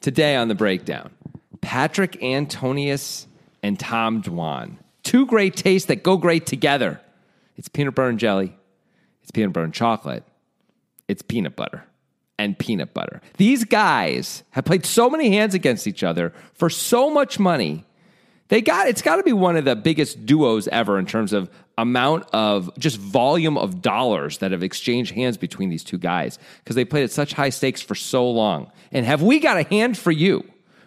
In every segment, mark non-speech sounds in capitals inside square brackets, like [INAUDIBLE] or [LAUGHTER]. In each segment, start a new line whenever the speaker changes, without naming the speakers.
Today on the breakdown, Patrick Antonius and Tom Dwan. Two great tastes that go great together. It's peanut butter and jelly. It's peanut butter and chocolate. It's peanut butter and peanut butter. These guys have played so many hands against each other for so much money. They got it's got to be one of the biggest duos ever in terms of amount of just volume of dollars that have exchanged hands between these two guys because they played at such high stakes for so long. And have we got a hand for you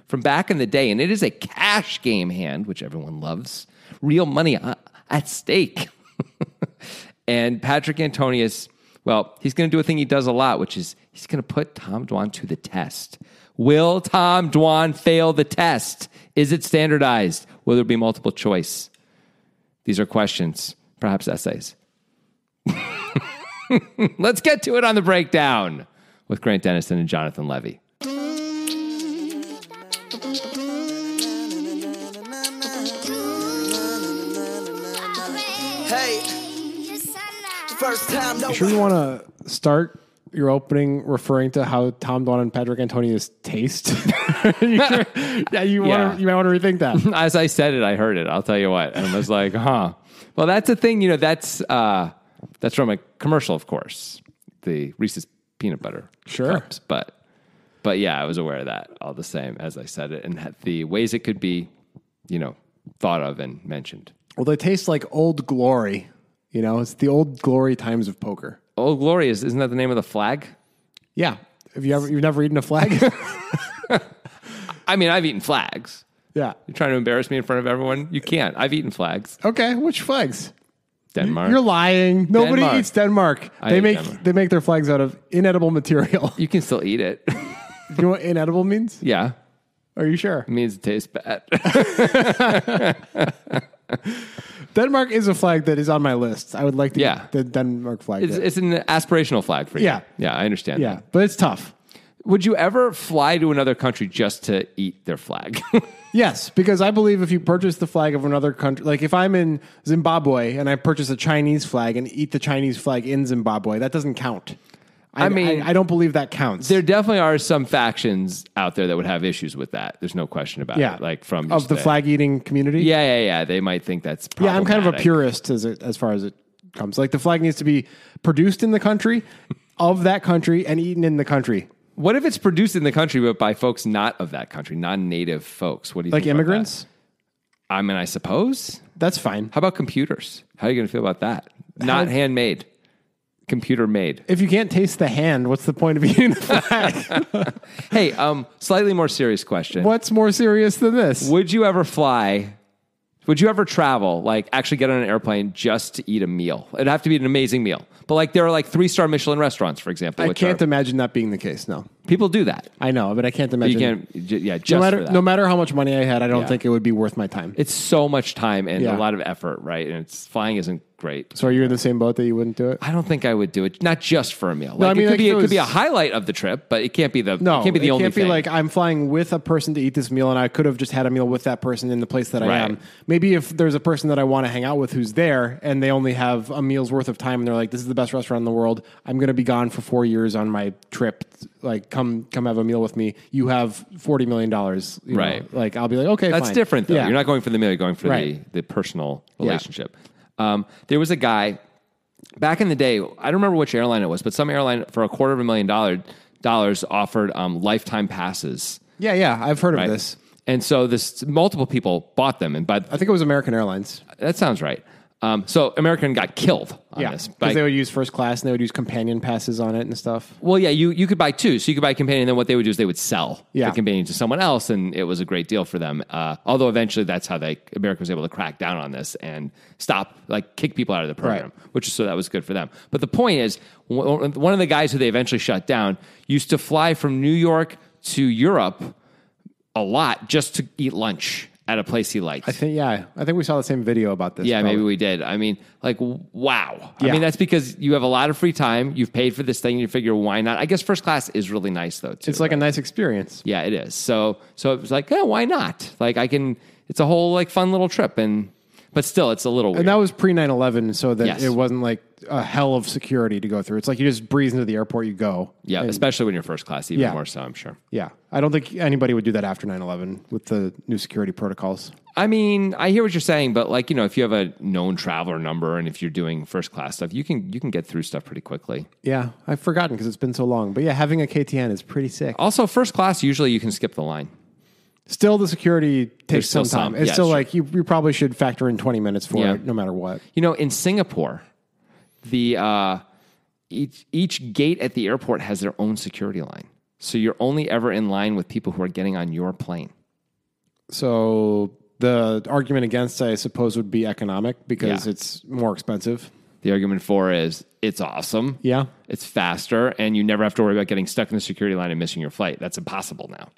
from back in the day? And it is a cash game hand, which everyone loves, real money uh, at stake. [LAUGHS] and Patrick Antonius, well, he's going to do a thing he does a lot, which is he's going to put Tom Dwan to the test. Will Tom Dwan fail the test? Is it standardized? Will there be multiple choice? These are questions, perhaps essays. [LAUGHS] Let's get to it on the breakdown with Grant Dennison and Jonathan Levy. [LAUGHS]
First time, no
Sure, you want to start your opening referring to how Tom Don and Patrick Antonius taste? [LAUGHS] You sure? yeah, you want
Yeah.
to you might want to rethink that.
As I said it, I heard it. I'll tell you what. And I was like, huh. Well, that's a thing, you know, that's uh, that's from a commercial, of course. The Reese's peanut butter.
Sure.
cups. But but yeah, I was aware of that all the same as I said it and had the ways it could be, you know, thought of and mentioned.
[LAUGHS] Well, they taste like old glory. You know, it's the old glory times of poker.
Old Glory Oh, is isn't that the name of the flag?
Yeah. Have you ever you've never eaten a [LAUGHS] flag?
I mean, I've eaten flags.
yeah.
You're trying to embarrass me in front of everyone? You can't. I've eaten flags.
Okay. Which flags?
Denmark.
You're lying. Nobody
Denmark.
eats Denmark.
I
they
eat
make
Denmark.
they make their flags out of inedible material. [LAUGHS]
you can still eat it. [LAUGHS]
you know what inedible means?
yeah.
Are you sure?
It means it tastes bad. [LAUGHS]
Denmark is a flag that is on my list. I would like to
Yeah.
get the Denmark flag.
it's, it's an aspirational flag for you.
Yeah.
Yeah, I understand.
yeah,
that.
but it's tough.
Would you ever fly to another country just to eat their flag? [LAUGHS]
Yes, because I believe if you purchase the flag of another country, like if I'm in Zimbabwe and I purchase a Chinese flag and eat the Chinese flag in Zimbabwe, that doesn't count. I,
I mean-
I, I don't believe that counts.
there definitely are some factions out there that would have issues with that. There's no question about
yeah,
it. Like from
of
just
the flag eating community.
Yeah, yeah, yeah. They might think that's
yeah. I'm kind of a
problematic.
purist as it, as far as it comes. Like the flag needs to be produced in the country, of that country, and eaten in the country.
What if it's produced in the country but by folks not of that country, non-native folks? What do you
Like
think about that?
immigrants,
I mean, I suppose.
that's fine.
How about computers? How are you going to feel about that? Not handmade, computer made.
If you can't taste the hand, what's the point of eating
[LAUGHS]
the flag?
Hey, um, slightly more serious question.
what's more serious than this?
Would you ever fly? Would you ever travel, like actually get on an airplane just to eat a meal? It'd have to be an amazing meal. But like there are like three star Michelin restaurants, for example.
I
which
can't
are-
imagine that being the case. No.
people do that.
I know, but I can't imagine.
You can't, j- yeah, just
no
for
matter
that.
no matter how much money I had, I don't
Yeah.
think it would be worth my time.
it's so much time and
Yeah.
a lot of effort, right? And it's flying isn't great.
so are you in the same boat that you wouldn't do it?
I don't think I would do it, not just for a meal. Like
I mean,
it could
like,
be,
if
it
it
could be a
was-
highlight of the trip, but it can't be the,
No,
it can't be the
it
only
can't be
thing.
like I'm flying with a person to eat this meal, and I could have just had a meal with that person in the place that I
Right.
am. Maybe if there's a person that I want to hang out with who's there, and they only have a meal's worth of time, and they're like, "This is the best restaurant in the world. I'm going to be gone for four years on my trip. Like, come come have a meal with me. You have forty million dollars, you know?
Right.
Like, I'll be like, okay,
That's
fine.
different, though.
Yeah.
You're not going for the meal, you're going for
Right.
the, the personal relationship. Um, there was a guy back in the day, I don't remember which airline it was, but some airline for a quarter of a million dollar, dollars offered um, lifetime passes.
yeah, yeah. I've heard
Right?
of this.
And so this multiple people bought them, and by
I think it was American Airlines.
that sounds right. Um, so American got killed on
Yeah,
this.
because
by-
they would use first class and they would use companion passes on it and stuff.
Well, yeah, you, you could buy two. So you could buy a companion, and then what they would do is they would sell
Yeah.
the companion to someone else, and it was a great deal for them. Uh, although eventually that's how they America was able to crack down on this and stop, like, kick people out of the program, which so that was good for them. But the point is, w- one of the guys who they eventually shut down used to fly from New York to Europe a lot just to eat lunch at a place he liked.
I think yeah, I think we saw the same video about this.
Yeah,
probably.
maybe we did. I mean, like, w- wow. I
Yeah.
mean, that's because you have a lot of free time. You've paid for this thing. You figure, why not? I guess first class is really nice, though. Too.
It's like a nice experience.
yeah, it is. So, so it was like, yeah, why not? Like, I can. It's a whole like fun little trip, and But still, it's a little weird.
And that was pre 9 11, so that
Yes.
it wasn't like a hell of security to go through. It's like you just breeze into the airport, you go.
yeah,
And-
especially when you're first class, even
Yeah.
more so, I'm sure.
yeah. I don't think anybody would do that after 9 11 with the new security protocols.
I mean, I hear what you're saying, but like you know, if you have a known traveler number and if you're doing first class stuff, you can you can get through stuff pretty quickly.
Yeah. I've forgotten because it's been so long. But yeah, having a KTN is pretty sick.
Also, first class usually you can skip the line.
Still, the security takes
still
some time.
some-
It's
yeah,
still
sure.
like you, you probably should factor in 20 minutes for
Yeah.
it no matter what.
You know, in Singapore, the uh, each each gate at the airport has their own security line, so you're only ever in line with people who are getting on your plane.
So the argument against, I suppose, would be economic because
Yeah.
it's more expensive.
The argument for is it's awesome,
Yeah.
it's faster, and you never have to worry about getting stuck in the security line and missing your flight. That's impossible now.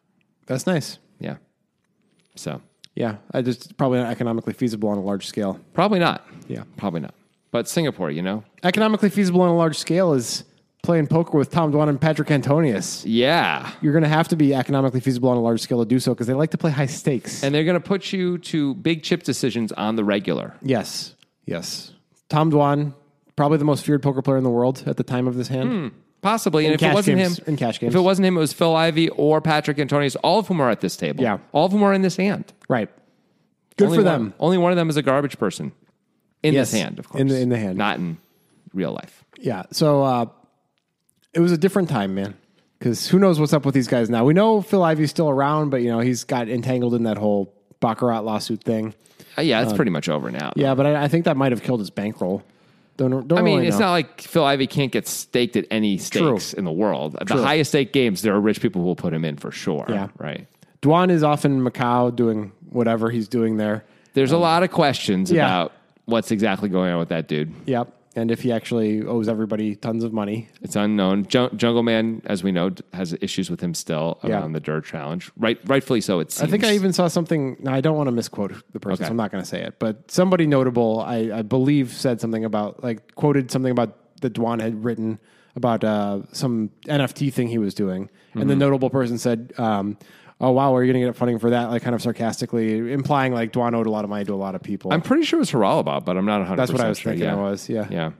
That's nice.
Yeah, so
Yeah. I just probably not economically feasible on a large scale.
probably not.
Yeah.
probably not. But Singapore, you know,
Economically feasible on a large scale is playing poker with Tom Dwan and Patrick Antonius.
yeah,
You're going to have to be economically feasible on a large scale to do so because they like to play high stakes.
and they're going to put you to big chip decisions on the regular.
yes. Yes. Tom Dwan, probably the most feared poker player in the world at the time of this hand.
Hmm. Possibly, and if it
cash
wasn't
games.
him,
In cash
if
games.
it wasn't him, it was Phil Ivey or Patrick Antonius. All of whom are at this table.
Yeah.
all of them are in this hand.
Right. Good
Only
for
one-
them.
Only one of them is a garbage person in
Yes.
this hand, of course.
In the- in the hand.
not in real life.
Yeah. So uh, it was a different time, man. Because who knows what's up with these guys now? We know Phil Ivey's still around, but you know he's got entangled in that whole Baccarat lawsuit thing.
Uh, yeah, it's pretty much over now.
Yeah, but I, I think that might have killed his bankroll. Don't don't.
I mean,
really
it's
know.
not like Phil Ivey can't get staked at any stakes in the world. At The highest stake games, there are rich people who will put him in for sure.
Yeah.
Right.
Dwan is off in Macau doing whatever he's doing there.
There's a lot of questions
Um, Yeah.
about what's exactly going on with that dude.
Yep. And if he actually owes everybody tons of money,
It's unknown. Jung- Jungle Man, as we know, d- has issues with him still
Yeah.
around the Dirt Challenge. Right, rightfully so. It seems.
I think I even saw something. No, I don't want to misquote the person,
Okay.
so I'm not going to say it. But somebody notable, I, I believe, said something about, like, quoted something about that Dwan had written about uh, some NFT thing he was doing. And
Mm-hmm.
the notable person said, um, Oh, wow, are you going to get funding for that? Like, kind of sarcastically, implying, like, Dwan owed a lot of money to a lot of people.
I'm pretty sure it was Haralabob, but I'm not 100.
That's what I was
sure.
thinking
Yeah.
it was. Yeah.
Yeah.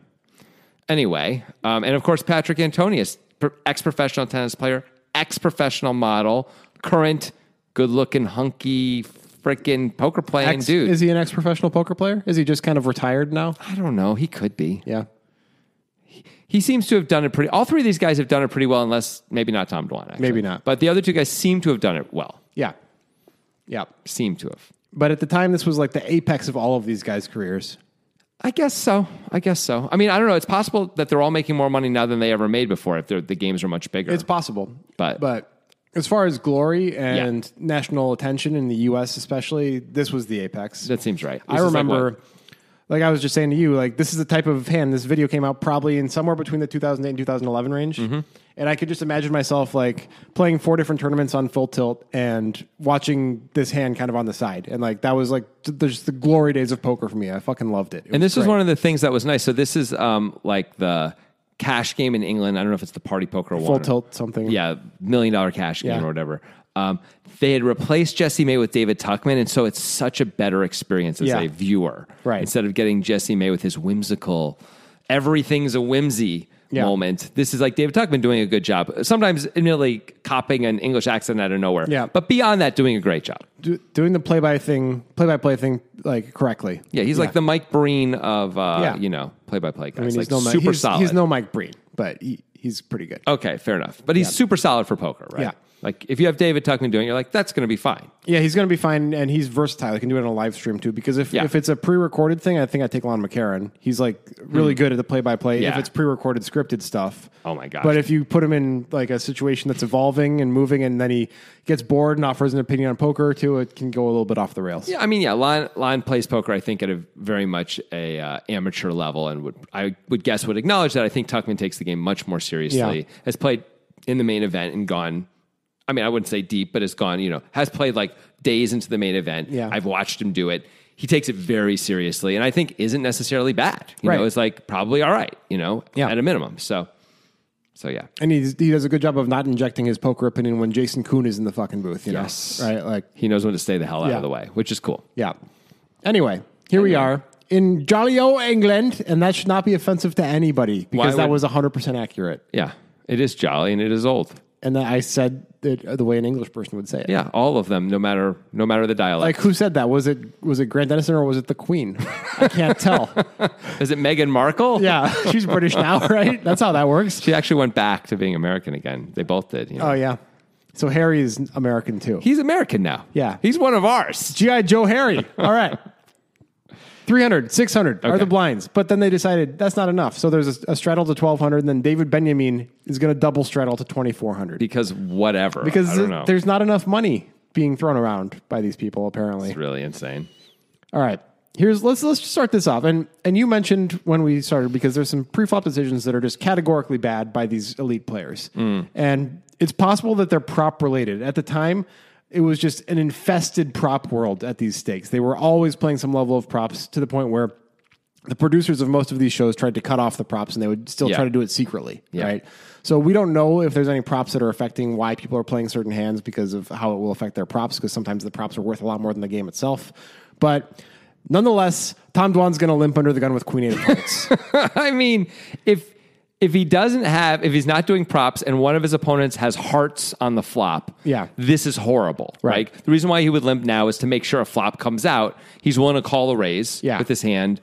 Anyway, um, and of course Patrick Antonius, ex professional tennis player, ex professional model, current good looking hunky freaking poker playing
Ex-
dude.
Is he an ex professional poker player? Is he just kind of retired now?
I don't know. He could be.
Yeah.
He seems to have done it pretty. All three of these guys have done it pretty well, unless maybe not Tom Dwan. Actually.
Maybe not.
But the other two guys seem to have done it well.
Yeah. Yeah.
Seem to have.
But at the time, this was like the apex of all of these guys' careers.
I guess so. I guess so. I mean, I don't know. It's possible that they're all making more money now than they ever made before if they're- the games are much bigger.
It's possible,
But-
but as far as glory and national attention in the U.S., especially, this was the apex.
that seems right.
I
This is like
remember,
what-
like, I was just saying to you, like this is the type of hand. This video came out probably in somewhere between the 2008 and 2011 range,
Mm-hmm.
and I could just imagine myself like playing four different tournaments on full tilt and watching this hand kind of on the side, and like that was like th- just the glory days of poker for me. I fucking loved it.
and this was one of the things that was nice. So this is um, like the cash game in England. I don't know if it's the party poker
full
one.
tilt something.
Yeah, million dollar cash game
Yeah.
or whatever. Um, they had replaced Jesse May with David Tuckman, and so it's such a better experience as
Yeah.
a viewer,
Right.
Instead of getting Jesse May with his whimsical, everything's a whimsy
Yeah.
moment. This is like David Tuckman doing a good job. Sometimes, admittedly, copying an English accent out of nowhere.
Yeah.
but beyond that, doing a great job.
Do- doing the play by thing, play by play thing, like correctly.
Yeah, he's like the Mike Breen of uh,
Yeah.
you know play by play guys.
I mean,
like
he's no Mi-
super
he's,
solid. Oh.
He's no Mike Breen, but he, he's pretty good.
okay, fair enough. But he's super solid for poker, right?
Yeah.
Like if you have David Tuckman doing, it, you're like that's going to be fine.
Yeah, he's going to be fine, and he's versatile. He can do it on a live stream too. Because if,
Yeah.
if it's a pre-recorded thing, I think I take Lon McCarron. He's like really good at the play-by-play.
Hmm. Yeah.
If it's pre-recorded scripted stuff,
Oh my gosh.
But if you put him in like a situation that's evolving and moving, and then he gets bored and offers an opinion on poker or two, it can go a little bit off the rails.
Yeah, I mean, yeah, Lon, Lon plays poker. I think at a very much a uh, amateur level, and would I would guess would acknowledge that. I think Tuckman takes the game much more seriously.
Yeah.
Has played in the main event and gone. I mean, I wouldn't say deep, but has gone. You know, has played like days into the main event.
Yeah.
I've watched him do it. He takes it very seriously, and I think isn't necessarily bad. You
Right.
know, it's like probably all right. You know,
Yeah.
at a minimum. So, so yeah.
And he's, he does a good job of not injecting his poker opinion when Jason Kuhn is in the fucking booth. You
Yes.
know? right? Like,
He knows when to stay the hell out
Yeah.
of the way, which is cool.
yeah. Anyway, here we are in jolly old England, and that should not be offensive to anybody because that
would-
was 100% accurate.
Yeah, it is jolly and it is old.
And I said it the way an English person would say it.
Yeah, all of them, no matter no matter the
Like
dialect.
who said that? Was it was it Grant Dennison or was it the Queen? I
[LAUGHS]
can't tell.
is it Meghan Markle?
[LAUGHS] Yeah, she's British now, right? That's how that works.
She actually went back to being American again. They both did. You know?
Oh yeah. So Harry is American too.
He's American now.
Yeah.
He's one of ours.
GI
[LAUGHS]
Joe Harry. All right. 300, 600 are
Okay.
the blinds. But then they decided that's not enough. So there's a, a straddle to 1200 and then David Benjamin is going to double straddle to 2400
Because whatever.
because
I don't know.
there's not enough money being thrown around by these people apparently.
it's really insane.
All right. Here's let's let's just start this off. And and you mentioned when we started because there's some pre-flop decisions that are just categorically bad by these elite players. And it's possible that they're prop related. At the time, it was just an infested prop world at these stakes. They were always playing some level of props to the point where the producers of most of these shows tried to cut off the props and they would still
Yeah.
try to do it secretly,
Yeah.
right? So we don't know if there's any props that are affecting why people are playing certain hands because of how it will affect their props because sometimes the props are worth a lot more than the game itself. But nonetheless, Tom Dwan's going to limp under the gun with queen eight of hearts.
[LAUGHS] I mean, if if he doesn't have if he's not doing props and one of his opponents has hearts on the flop,
Yeah.
this is horrible.
Right.
Right. The reason why he would limp now is to make sure a flop comes out. He's willing to call a raise
Yeah.
with his hand.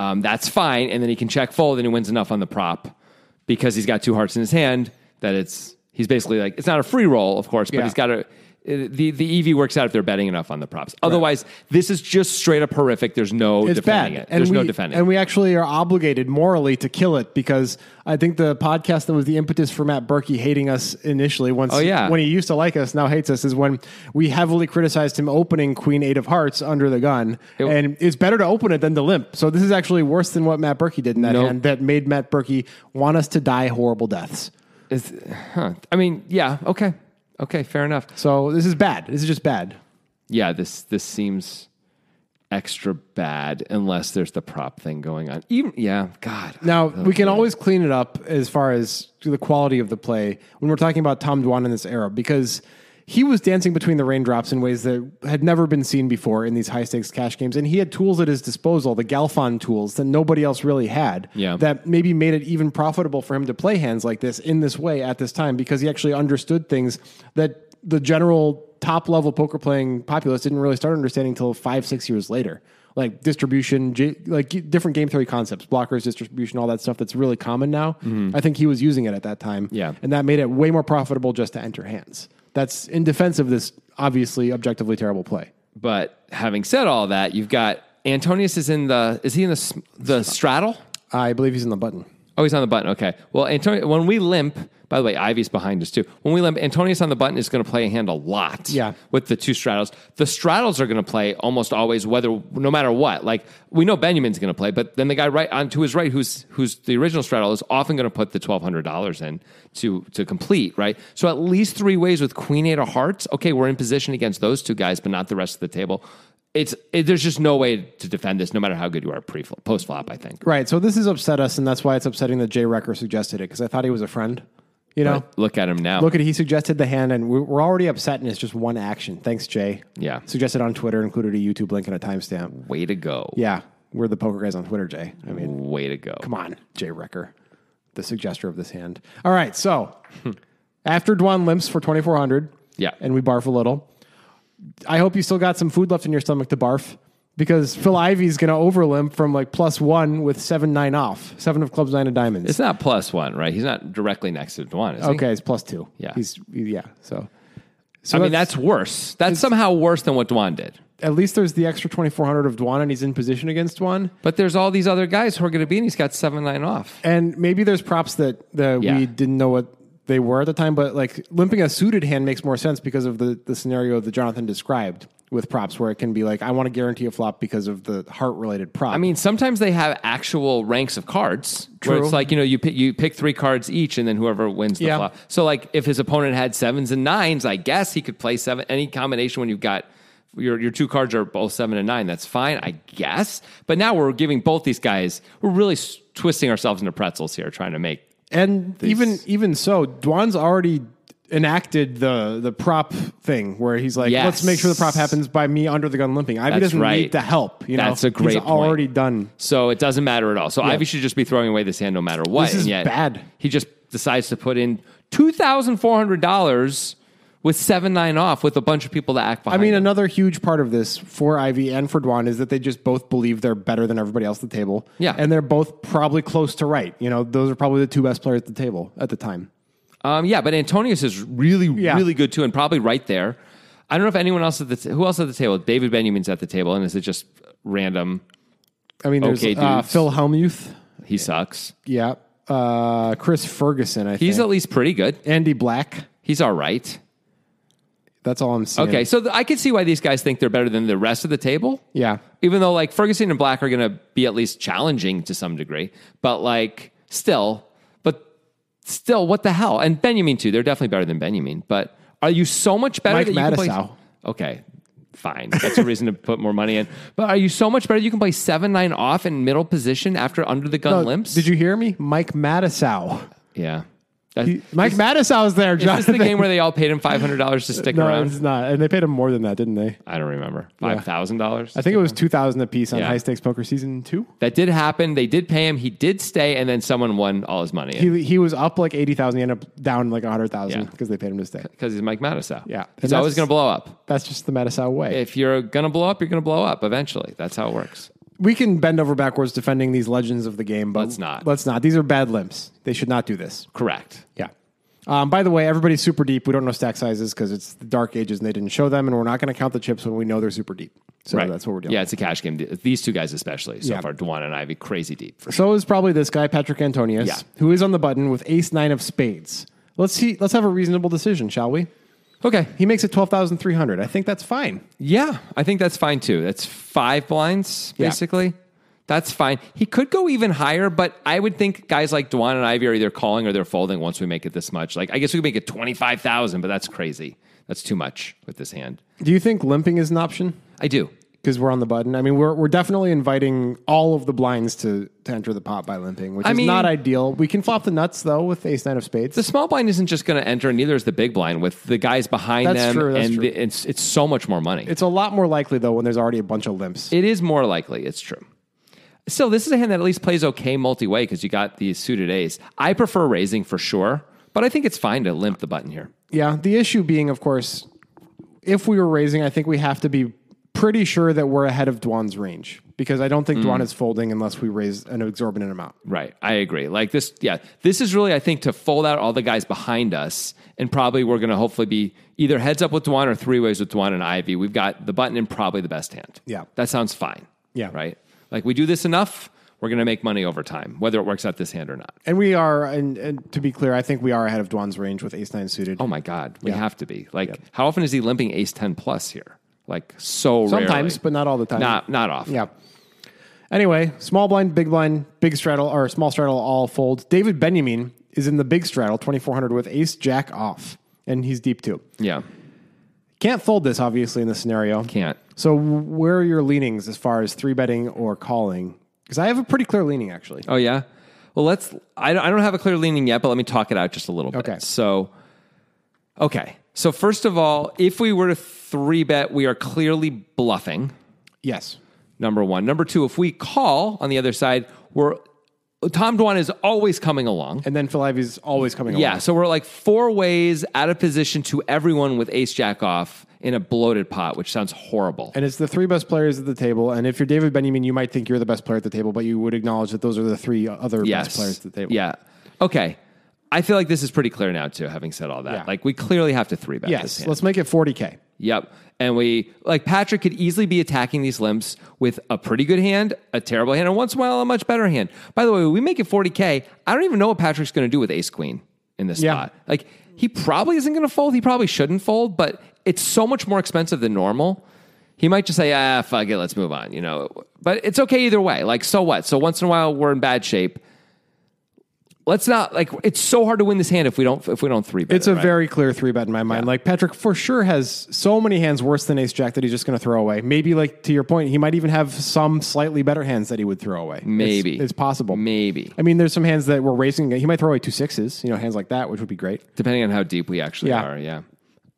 Um, that's fine, and then he can check fold, and he wins enough on the prop because he's got two hearts in his hand. That it's he's basically like it's not a free roll, of course, but
Yeah.
he's got to. The, the EV works out if they're betting enough on the props. Otherwise, this is just straight up horrific. There's no
it's bad.
defending it. There's
we,
no defending.
And we actually are obligated morally to kill it because I think the podcast that was the impetus for Matt Berkey hating us initially, once
Oh, yeah.
when he used to like us, now hates us, is when we heavily criticized him opening Queen Eight of Hearts under the gun.
It-
and it's better to open it than to limp. So this is actually worse than what Matt Berkey did in that
Nope.
hand that made Matt Berkey want us to die horrible deaths.
Is, huh. I mean, yeah, okay. Okay, fair enough.
So this is bad. This is just bad.
Yeah, this this seems extra bad unless there's the prop thing going on. Even yeah, god.
Now we can always clean it up as far as the quality of the play when we're talking about Tom Dwan in this era because he was dancing between the raindrops in ways that had never been seen before in these high stakes cash games, and he had tools at his disposal, the Galfon tools that nobody else really had.
Yeah.
that maybe made it even profitable for him to play hands like this in this way at this time because he actually understood things that the general top level poker playing populace didn't really start understanding until five six years later like distribution j- like g- different game theory concepts blockers distribution all that stuff that's really common now i think he was using it at that time
Yeah.
and that made it way more profitable just to enter hands that's in defense of this obviously objectively terrible play
But having said all that, you've got Antonius is in the is he in the s- the straddle?
i believe he's in the button
Oh, he's on the button. Okay. Well, Antonio, when we limp, by the way, Ivy's behind us too. When we limp, Antonius on the button is going to play a hand a lot.
Yeah.
With the two straddles, the straddles are going to play almost always, whether no matter what. Like we know Benjamin's going to play, but then the guy right on to his right, who's who's the original straddle, is often going to put the twelve hundred dollars in to to complete. Right. So at least three ways with Queen Eight of Hearts. Okay, we're in position against those two guys, but not the rest of the table. It's it, there's just no way to defend this, no matter how good you are pre flop, post flop. I think.
right so this has upset us and that's why it's upsetting that jay recker suggested it because i thought he was a friend you know
But look at him now.
Look at he suggested the hand, and we- we're already upset, and it's just one action. Thanks, Jay.
Yeah.
suggested on Twitter, included a YouTube link and a timestamp.
Way to go.
Yeah, we're the poker guys on Twitter, Jay. I mean,
Way to go.
come on, Jay Recker, the suggester of this hand. All right, so after Dwan limps for twenty four hundred,
Yeah.
and we barf a little. I hope you still got some food left in your stomach to barf. Because Phil Ivy's going to over limp from like plus one with seven nine off, seven of clubs, nine of diamonds.
It's not plus one, right? He's not directly next to Dwan, is he?
okay, it's plus two.
Yeah.
he's yeah. So, so
I mean, that's worse. That's somehow worse than what Dwan did.
at least there's the extra 2400 of Dwan and he's in position against Dwan.
But there's all these other guys who are going to be, and he's got 7 9 off.
And maybe there's props that, that
Yeah.
we didn't know what they were at the time, but like limping a suited hand makes more sense because of the, the scenario that Jonathan described with props where it can be like, I want to guarantee a flop because of the heart related prop.
I mean, sometimes they have actual ranks of cards. Where
True.
it's like, you know, you pick, you pick three cards each, and then whoever wins the
Yeah.
flop. So, like, if his opponent had sevens and nines, I guess he could play seven. Any combination when you've got your, your two cards are both seven and nine, that's fine, I guess. But now we're giving both these guys, we're really s- twisting ourselves into pretzels here, trying to make
and even, even so, Dwan's already enacted the the prop thing where he's like,
Yes.
let's make sure the prop happens by me under the gun limping. Ivy
That's
doesn't
right.
need the help. You know,
That's a great
He's
point.
already done.
So it doesn't matter at all. So Ivy should just be throwing away this hand no matter what.
This is
and yet
bad.
He just decides to put in two thousand four hundred dollars with seven nine off with a bunch of people to act
I
behind.
mean,
him.
another huge part of this for Ivy and for Dwan is that they just both believe they're better than everybody else at the table.
Yeah.
and they're both probably close to right. You know, those are probably the two best players at the table at the time.
um, yeah, but Antonius is really
Yeah.
really good too, and probably right there. I don't know if anyone else at the t- who else at the table. David Benjamin's at the table, and is it just random?
I mean, there's
Okay,
uh,
dudes.
Phil Helmuth.
He sucks.
Yeah. Uh, Chris Ferguson, I
He's
think.
at least pretty good.
Andy Black.
He's all right.
That's all I'm seeing.
Okay, so th- I can see why these guys think they're better than the rest of the table.
Yeah.
Even though like Ferguson and Black are going to be at least challenging to some degree, but like still, but still, what the hell? And Benjamin too. They're definitely better than Benjamin. But are you so much better?
Mike
that you can play-
Matisow.
Okay, fine. That's a reason to put more money in. But are you so much better? that You can play seven nine off in middle position after under the gun
Uh,
limps.
Did you hear me? Mike Mattisau.
Yeah. That,
He- Mike Mattisau's
[LAUGHS]
there,
is this
Jonathan.
the game where they all paid him five hundred dollars to stick
[LAUGHS] no,
around?
it's not. And they paid him more than that, didn't they?
I don't remember. Five thousand dollars.
I think it was 2000 apiece on
Yeah.
High Stakes Poker Season 2.
That did happen. They did pay him. He did stay, and then someone won all his money
He, he was up like 80,000. He ended up down like 100,000
Yeah.
because they paid him to stay.
because he's Mike Mattisau.
Yeah.
he's
And
always
that's-
going to blow up.
That's just the Mattisau way.
If you're going to blow up, you're going to blow up eventually. That's how it works.
we can bend over backwards defending these legends of the game, but
Let's not.
Let's not. These are bad limps. They should not do this.
Correct.
Yeah. Um, by the way, everybody's super deep. We don't know stack sizes because it's the dark ages and they didn't show them, and we're not going to count the chips when we know they're super deep. So that's what we're doing.
Yeah, it's a cash game. These two guys especially. So
Yeah.
far, Dwan and Ivy, crazy deep. For sure.
So is probably this guy Patrick Antonius,
Yeah.
who is on the button with Ace Nine of Spades. Let's see. Let's have a reasonable decision, shall we?
Okay.
He makes it twelve thousand three hundred. I think that's fine.
Yeah, I think that's fine too. That's five blinds
Yeah.
basically. That's fine. He could go even higher, but I would think guys like Dwan and Ivy are either calling or they're folding once we make it this much. Like I guess we could make it twenty five thousand, but that's crazy. That's too much with this hand.
Do you think limping is an option?
I do.
Because we're on the button. I mean, we're we're definitely inviting all of the blinds to, to enter the pot by limping, which
I
is
mean-
not ideal. We can flop the nuts though with Ace Nine of Spades.
the small blind isn't just going to enter, and neither is the big blind with the guys behind
That's
them,
true, that's
and
true.
the- it's it's so much more money.
it's a lot more likely though when there's already a bunch of limps.
it is more likely. It's true. Still, this is a hand that at least plays okay multi way because you got the suited ace. I prefer raising for sure, but I think it's fine to limp the button here.
Yeah, the issue being, of course, if we were raising, I think we have to be pretty sure that we're ahead of Dwan's range because I don't think
Mm.
Dwan is folding unless we raise an exorbitant amount.
Right, I agree. Like this, yeah, this is really I think to fold out all the guys behind us, and probably we're going to hopefully be either heads up with Dwan or three ways with Dwan and Ivy. We've got the button and probably the best hand.
Yeah.
that sounds fine.
Yeah.
right. Like we do this enough, we're going to make money over time, whether it works out this hand or not.
And we are, and, and to be clear, I think we are ahead of Dwan's range with Ace Nine suited.
Oh my God, we have to be. Like, how often is he limping Ace Ten plus here? Like so
Sometimes,
rarely.
but not all the time.
not not off.
Yeah. Anyway, small blind, big blind, big straddle, or small straddle, all fold. David Benjamin is in the big straddle, 2400 with Ace Jack off, and he's deep too.
yeah,
Can't fold this, obviously, in this scenario.
can't.
So where are your leanings as far as three betting or calling? Because I have a pretty clear leaning actually.
Oh yeah. Well, let's. I don't, I don't have a clear leaning yet, but let me talk it out just a little bit.
Okay.
So, okay. So first of all, if we were to three bet, we are clearly bluffing.
Yes.
Number one. Number two. If we call on the other side, we're Tom Dwan is always coming along.
And then Phil Ivy's always coming.
Yeah,
along.
so we're like four ways out of position to everyone with ace jack off in a bloated pot, which sounds horrible.
And it's the three best players at the table. And if you're David Benjamin, you might think you're the best player at the table, but you would acknowledge that those are the three other best players at the table.
Yeah. Okay. I feel like this is pretty clear now too, having said all that.
Yeah.
Like we clearly have to three bet this
Yes.
hand.
Let's make it 40K.
Yep. And we like Patrick could easily be attacking these limps with a pretty good hand, a terrible hand, and once in a while a much better hand. By the way, we make it 40K. I don't even know what Patrick's gonna do with Ace Queen in this
Yeah.
spot. Like he probably isn't gonna fold. He probably shouldn't fold, but it's so much more expensive than normal. He might just say, ah, fuck it, let's move on, you know. But it's okay either way. Like, so what? So once in a while we're in bad shape. let's not like it's so hard to win this hand if we don't if we don't three bet.
It's
it,
a
right?
very clear three bet in my mind. Like Patrick for sure has so many hands worse than Ace Jack that he's just going to throw away. Maybe like to your point, he might even have some slightly better hands that he would throw away. It's-
Maybe.
it's, possible.
Maybe.
I mean, there's some hands that we're racing. He might throw away two sixes. You know, hands like that, which would be great.
depending on how deep we actually
Yeah.
are. Yeah.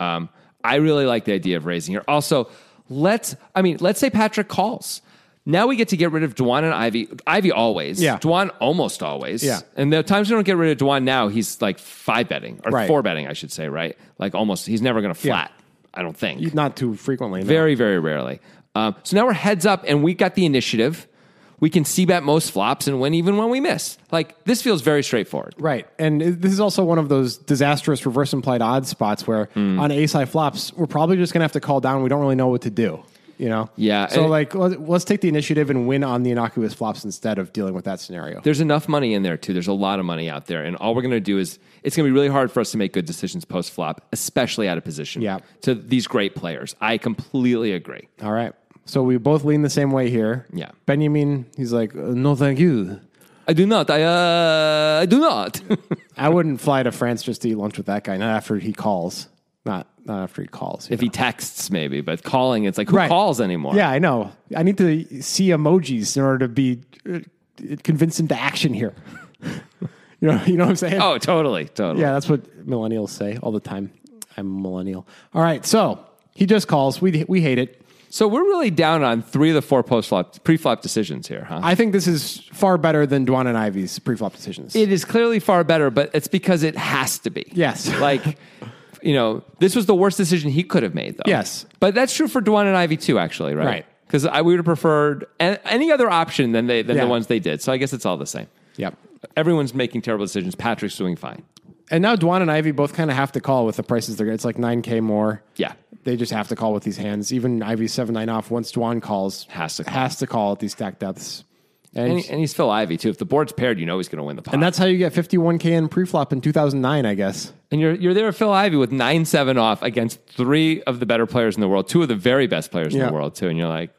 Um, I really like the idea of raising here. Also, let's, I mean, let's say Patrick calls. Now we get to get rid of Dwan and Ivy. Ivy always.
Yeah.
Dwan almost always.
Yeah.
And the times we don't get rid of Dwan now, he's like five betting or
Right.
four betting, I should say, right? Like almost, he's never going to
Yeah.
flat, I don't think.
Not too frequently. no.
Very, very rarely. Um, so now we're heads up and we got the initiative. We can see bet most flops and win even when we miss. Like this feels very straightforward.
Right. And it- this is also one of those disastrous reverse implied odds spots where
Hmm.
on ace high flops, we're probably just going to have to call down. We don't really know what to do, you know?
Yeah,
So,
and-
like, let- let's take the initiative and win on the innocuous flops instead of dealing with that scenario.
there's enough money in there too. There's a lot of money out there, and all we're going to do is it's going to be really hard for us to make good decisions post flop, especially out of position.
Yeah.
to these great players, I completely agree.
All right. So we both lean the same way here.
Yeah.
Benjamin, he's like, "Uh, no, thank you.
I do not. I uh, I do not. [LAUGHS]
I wouldn't fly to France just to eat lunch with that guy. Not after he calls. Not not after he calls. you
if he texts, maybe, but calling, it's like who
Right.
calls anymore?
know? yeah, I know. I need to see emojis in order to be uh, convince him to action here. [LAUGHS] you know, you know what I'm saying?
Oh, totally, totally.
Yeah, that's what millennials say all the time. I'm a millennial. All right, so he just calls. We we hate it.
So we're really down on three of the four post flop pre flop decisions here, huh?
I think this is far better than Dwan and Ivy's pre-flop decisions.
it is clearly far better, but it's because it has to be.
Yes.
[LAUGHS] Like, you know, this was the worst decision he could have made, though.
Yes.
But that's true for Dwan and Ivy, too, actually, right?
Right.
Because I would have preferred a- any other option than, they, than
Yeah.
the ones they did. So I guess it's all the same.
yep.
Everyone's making terrible decisions. Patrick's doing fine.
And now Dwan and Ivy both kind of have to call with the prices they're. It's like nine k more.
Yeah.
They just have to call with these hands. Even Ivy seven nine off. Once Dwan calls,
Has to call.
has to call at these stack depths. And,
And,
and,
he- and he's Phil Ivy, too. If the board's paired, you know he's going to win the pot.
that's how you get fifty one k in pre-flop in two thousand nine. I guess.
And you're, you're there at Phil Ivy with 9 7 off against three of the better players in the world, two of the very best players in
Yeah.
the world, too. And you're like,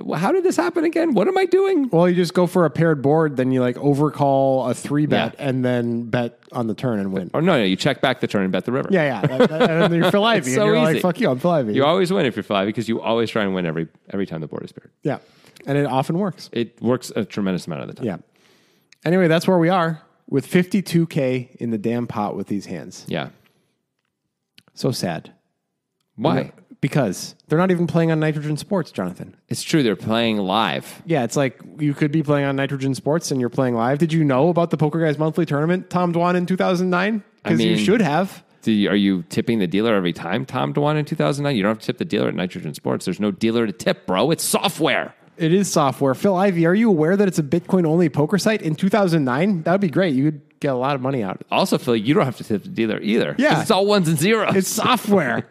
"Well, how did this happen again? What am I doing?
Well, you just go for a paired board, then you like overcall a three bet,
Yeah.
and then bet on the turn and win.
Or Oh, no, no, you check back the turn and bet the river.
Yeah, yeah. That- that- and then
[LAUGHS]
you're Phil Ivey,
so
and you're
easy.
like, "Fuck you, I'm Phil Ivey."
You always win if you're five because you always try and win every every time the board is paired.
yeah, and it often works.
It works a tremendous amount of the time.
Yeah. Anyway, that's where we are with fifty two k in the damn pot with these hands.
Yeah.
So sad.
Why?
Because they're not even playing on Nitrogen Sports, Jonathan.
It's true. They're playing live.
Yeah, it's like you could be playing on Nitrogen Sports and you're playing live. Did you know about the Poker Guys Monthly Tournament, Tom Dwan in 2009? Because you
mean-
should have.
Do you, are you tipping the dealer every time, Tom Dewan, in 2009? You don't have to tip the dealer at Nitrogen Sports. There's no dealer to tip, bro. It's software.
It is software. Phil Ivey, are you aware that it's a Bitcoin only poker site in 2009? That would be great. You would get a lot of money out of it.
Also, Phil, you don't have to tip the dealer either. 'Cause
Yeah.
It's all ones and zeros
It's [LAUGHS] software.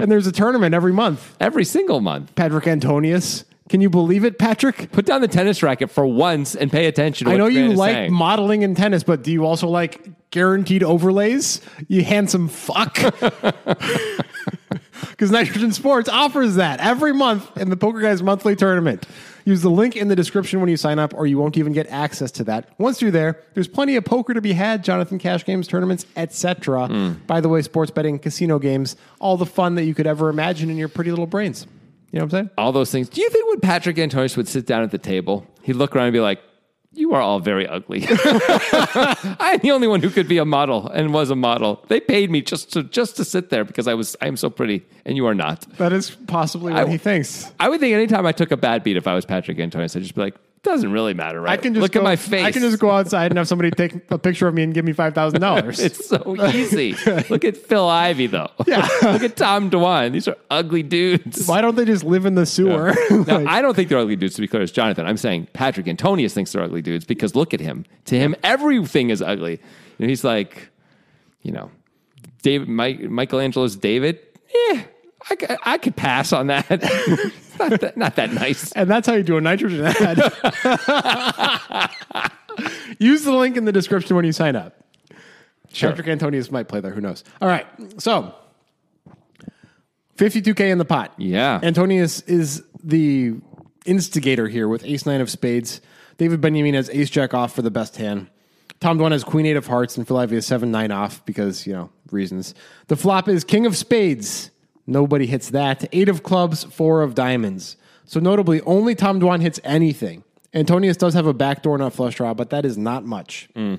and there's a tournament every month.
every single month.
Patrick Antonius. Can you believe it, Patrick?
Put down the tennis racket for once and pay attention to
I
what
know
the man
you
is
like
saying.
modeling and tennis, but do you also like guaranteed overlays? You handsome fuck. [LAUGHS] Because Nitrogen Sports offers that every month in the Poker Guys monthly tournament. Use the link in the description when you sign up, or you won't even get access to that. Once you're there, there's plenty of poker to be had, Jonathan Cash games, tournaments, etc.
Hmm.
By the way, sports betting, casino games, all the fun that you could ever imagine in your pretty little brains. You know what I'm saying?
all those things. Do you think when Patrick Antonius would sit down at the table, he'd look around and be like, "You are all very ugly. [LAUGHS] I'm the only one who could be a model and was a model. They paid me just to just to sit there because I was I am so pretty and you are not."
That is possibly what
I-
he thinks.
I would think anytime I took a bad beat, if I was Patrick Antonius, I'd just be like, "Doesn't really matter, right?
I can just
look
go,
at my face.
I can just go outside and have somebody take a picture of me and give me five thousand dollars.
[LAUGHS] It's so
[LAUGHS]
easy. look at Phil Ivy though. Yeah. [LAUGHS] look at Tom Dwan. These are ugly dudes.
Why don't they just live in the sewer? [LAUGHS]
Now,
Like,
I don't think they're ugly dudes, to be clear, it's Jonathan. I'm saying Patrick Antonius thinks they're ugly dudes because look at him. To him, everything is ugly. And he's like, you know, David, Mike, Michelangelo's David. Yeah, I, c- I could pass on that. [LAUGHS] It's not, that not that nice.
and that's how you do a
[LAUGHS]
nitrogen ad. [LAUGHS] Use the link in the description when you sign up.
Sure.
Patrick Antonius might play there. Who knows? All right. So, fifty-two k in the pot.
Yeah.
Antonius is the instigator here with ace nine of spades. David Benjamin has ace jack off for the best hand. Tom Dwan has Queen Eight of Hearts, and Philadelphia seven nine off because you know reasons. The flop is King of Spades. Nobody hits that. Eight of Clubs, four of Diamonds. So notably, only Tom Dwan hits anything. Antonius does have a backdoor nut flush draw, but that is not much. All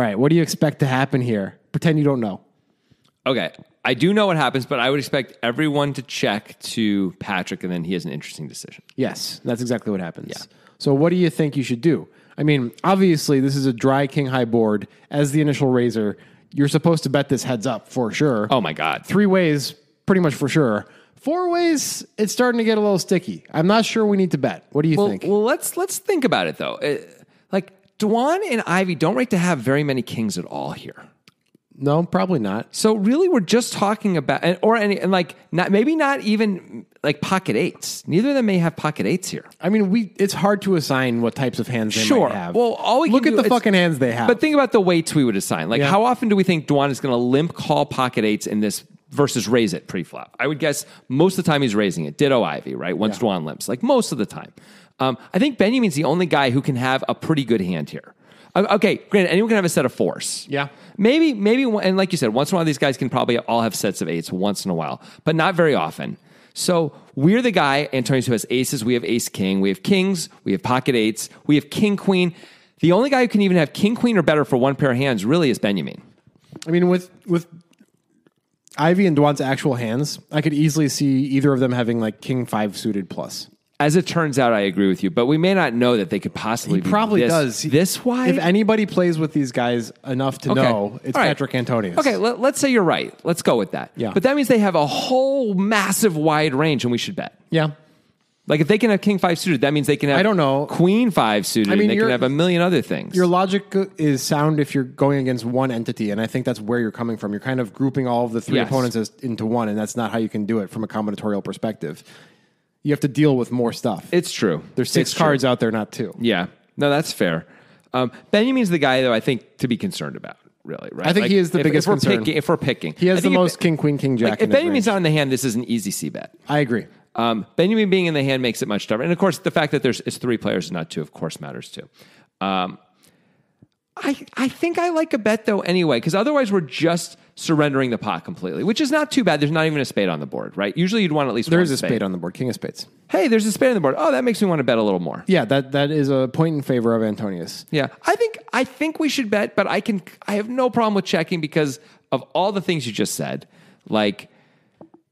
right, what do you expect to happen here? Pretend you don't know.
Okay. I do know what happens, but I would expect everyone to check to Patrick, and then he has an interesting decision.
Yes, that's exactly what happens. So, what do you think you should do? I mean, obviously, this is a dry king high board. As the initial raiser, you're supposed to bet this heads up for sure.
Oh my God.
Three ways, pretty much for sure. Four ways, it's starting to get a little sticky. I'm not sure we need to bet. What do you
Well,
think?
well, let's let's think about it though. Uh, like Dwan and Ivy don't rate to have very many kings at all here.
no, probably not.
So really, we're just talking about and, or any and like not maybe not even like pocket eights. Neither of them may have pocket eights here.
I mean, we it's hard to assign what types of hands they
Sure.
might have.
Well, all we
look
can
at
do
the
is-
fucking hands they have.
But think about the weights we would assign. Like
Yeah.
how often do we think Dwan is going to limp call pocket eights in this versus raise it pre-flop? I would guess most of the time he's raising it. Ditto Ivy, right? Once
Yeah.
Dwan limps, like most of the time. Um, I think Benjamin's the only guy who can have a pretty good hand here. Uh, Okay, granted, anyone can have a set of fours.
Yeah.
Maybe, maybe, one- and like you said, once in a while, these guys can probably all have sets of eights once in a while, but not very often. So we're the guy, Antonius, who has aces. We have ace king. We have kings. We have pocket eights. We have king queen. The only guy who can even have king queen or better for one pair of hands really is Benjamin.
I mean, with with Ivy and Dwan's actual hands, I could easily see either of them having like king five suited plus.
As it turns out, I agree with you, but we may not know that they could possibly. be
Probably
this-
does
this wide.
If anybody plays with these guys enough to know, it's
All right.
Patrick Antonius.
Okay, let, us say you're right. Let's go with that.
Yeah.
But that means they have a whole massive wide range, and we should bet.
yeah.
Like if they can have king five suited, that means they can have
I don't know.
queen five suited.
I mean,
and they can
you're-
have a million other things.
Your logic is sound if you're going against one entity, and I think that's where you're coming from. You're kind of grouping all of the three
Yes.
opponents as, into one, and that's not how you can do it from a combinatorial perspective. You have to deal with more stuff.
it's true.
There's six
It's true.
cards out there, not two.
Yeah, no, that's fair. Um, Benjamin's the guy though I think to be concerned about. Really, right?
I think he is the
if,
biggest
if we're
concern.
Picking, if we're picking,
He
I
has the
think if-
most king, queen, king, jack.
Like, if
in his
Benjamin's
range.
not in the hand, this is an easy c bet.
I agree.
Um, Benjamin being in the hand makes it much tougher. And of course, the fact that there's it's three players, not two, of course, matters too. Um, I I think I like a bet though anyway, because otherwise we're just surrendering the pot completely, which is not too bad. There's not even a spade on the board, right? Usually you'd want at least
There
one
is a spade on the board, king of spades.
Hey, there's a spade on the board. Oh, that makes me want to bet a little more.
Yeah, that, that is a point in favor of Antonius.
Yeah, I think I think we should bet, but I can I have no problem with checking because of all the things you just said. Like,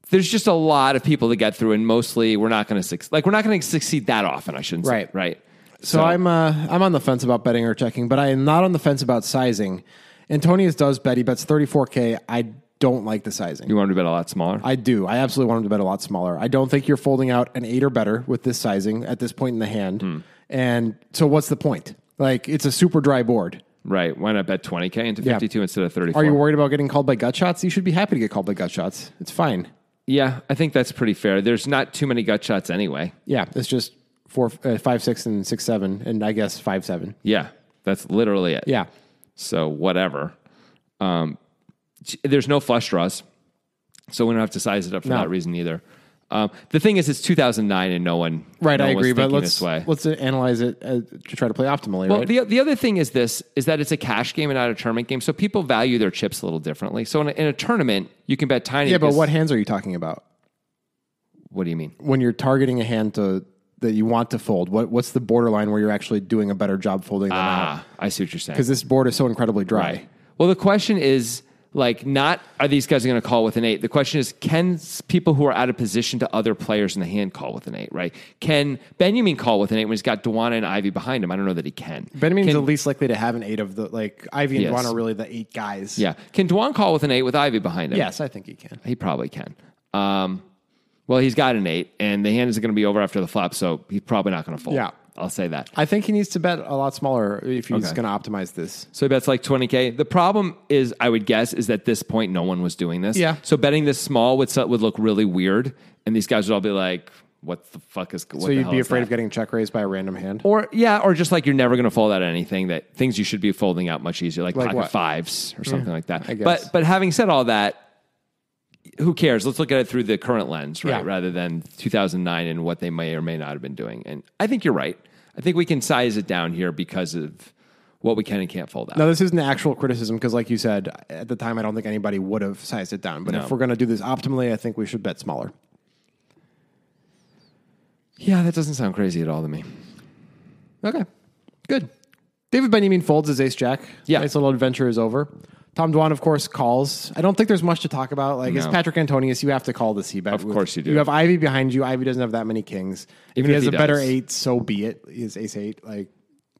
there's just a lot of people to get through, and mostly we're not going to succeed. Like, we're not going to succeed that often. I shouldn't say
Right.
right.
So, I'm uh, I'm on the fence about betting or checking, but I am not on the fence about sizing. Antonius does bet. He bets 34k. I don't like the sizing.
You want to bet a lot smaller?
I do. I absolutely want him to bet a lot smaller. I don't think you're folding out an eight or better with this sizing at this point in the hand. And so, what's the point? Like, it's a super dry board.
right. Why not bet 20k into 52 instead of 34?
Are you worried about getting called by gut shots? You should be happy to get called by gut shots. It's fine.
yeah, I think that's pretty fair. There's not too many gut shots anyway.
Yeah, it's just four, uh, five, six, and six, seven, and I guess five, seven.
Yeah, that's literally it.
Yeah.
So whatever. Um, there's no flush draws, so we don't have to size it up for
No.
that reason either. Um, the thing is, it's 2009 and no one
Right,
no
I
one was
agree, but
thinking
let's
this way.
let's analyze it uh, to try to play optimally.
Well,
right?
the, the other thing is this is that it's a cash game and not a tournament game, so people value their chips a little differently. So in a, in a tournament, you can bet tiny.
yeah, but
because-
what hands are you talking about
What do you mean?
when you're targeting a hand to that you want to fold? What what's the borderline where you're actually doing a better job folding them out?
Ah, I see what you're saying.
Because this board is so incredibly dry.
Right. Well, the question is like not are these guys going to call with an eight? The question is can s- people who are out of position to other players in the hand call with an eight? Right? Can Benjamin call with an eight when he's got Dewana and Ivy behind him? I don't know that he can.
Benjamin's
Can-
the least likely to have an eight of the like Ivy and
Yes.
Juan are really the eight guys.
yeah. Can Dewan call with an eight with Ivy behind him?
Yes, I think he can.
He probably can. Um, well, he's got an eight, and the hand is going to be over after the flop, so he's probably not going to fold.
Yeah.
I'll say that.
I think he needs to bet a lot smaller if he's
Okay.
going to optimize this.
So he bets like 20K. The problem is, I would guess, is that this point, no one was doing this.
Yeah.
So betting this small would, would look really weird. And these guys would all be like, what the fuck is what
So
the
you'd
hell
be
is
afraid
that?
of getting check raised by a random hand.
Or, yeah, or just like you're never going to fold out anything that things you should be folding out much easier, like,
Like
pocket
what? Mm.
fives or something like that.
I guess.
But, but having said all that, who cares? Let's look at it through the current lens, right?
Yeah.
Rather than 2009 and what they may or may not have been doing. And I think you're right. I think we can size it down here because of what we can and can't fold out.
Now, this isn't actual criticism because, like you said, at the time, I don't think anybody would have sized it down. But
No.
if we're going to do this optimally, I think we should bet smaller.
Yeah, that doesn't sound crazy at all to me.
Okay, good. David Benjamin folds his ace jack.
Yeah.
Nice little adventure is over. Tom Dwan, of course, calls. I don't think there's much to talk about. Like, it's
No.
Patrick Antonius. You have to call the C bet.
Of course you do.
You have Ivy behind you. Ivy doesn't have that many kings.
Even
if he
if
has
he
a better
does.
eight, so be it. His ace eight. Like,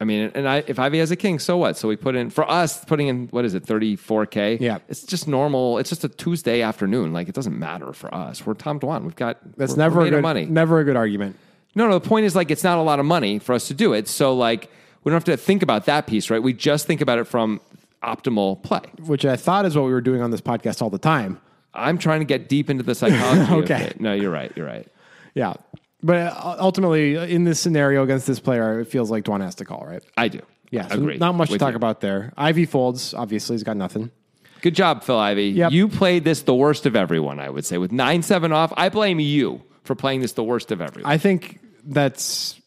I mean, and I, if Ivy has a king, so what? So we put in for us putting in what is it, thirty four k?
Yeah.
it's just normal. It's just a Tuesday afternoon. Like it doesn't matter for us. We're Tom Dwan. We've got
that's
we're-
never
we're
a
made of
good
money.
Never a good argument.
No, no. The point is like it's not a lot of money for us to do it. So like we don't have to think about that piece, right? We just think about it from optimal play.
Which I thought is what we were doing on this podcast all the time.
I'm trying to get deep into the psychology.
[LAUGHS] Okay.
Of it. No, you're right. You're right.
Yeah. But uh, ultimately, uh, in this scenario against this player, it feels like Dwan has to call, right?
I do.
Yeah, so
agree.
not much to
with
talk
you.
about there. Ivy folds, obviously, he's got nothing.
Good job, Phil Ivy.
Yep.
You played this the worst of everyone, I would say. With 9 7 off, I blame you for playing this the worst of everyone.
I think that's